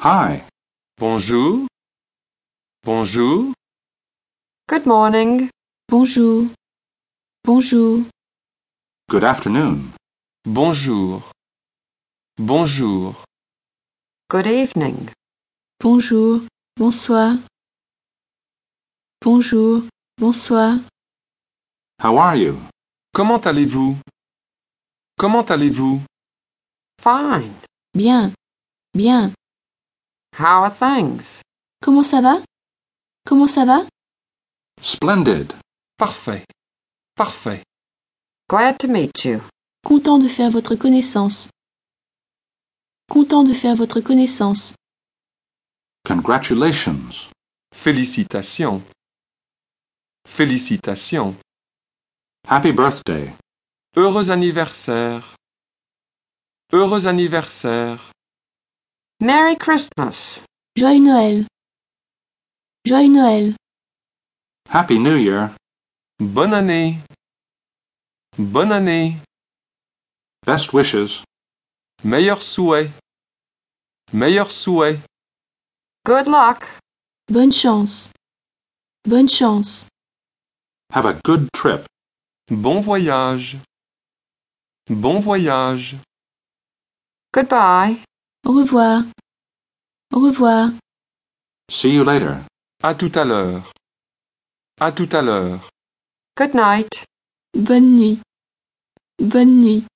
Hi. Bonjour. Bonjour. Good morning. Bonjour. Bonjour. Good afternoon. Bonjour. Bonjour. Good evening. Bonjour. Bonsoir. Bonjour. Bonsoir. How are you? Comment allez-vous? Comment allez-vous? Fine. Bien. Bien. How are things? Comment ça va Comment ça va Splendid. Parfait. Parfait. Glad to meet you. Content de faire votre connaissance. Content de faire votre connaissance. Congratulations. Félicitations. Félicitations. Happy birthday. Heureux anniversaire. Heureux anniversaire. Merry Christmas. Joyeux Noël. Joyeux Noël. Happy New Year. Bonne année. Bonne année. Best wishes. Meilleur souhait. Meilleur souhait. Good luck. Bonne chance. Bonne chance. Have a good trip. Bon voyage. Bon voyage. Goodbye. Au revoir. Au revoir. See you later. À tout à l'heure. À tout à l'heure. Good night. Bonne nuit. Bonne nuit.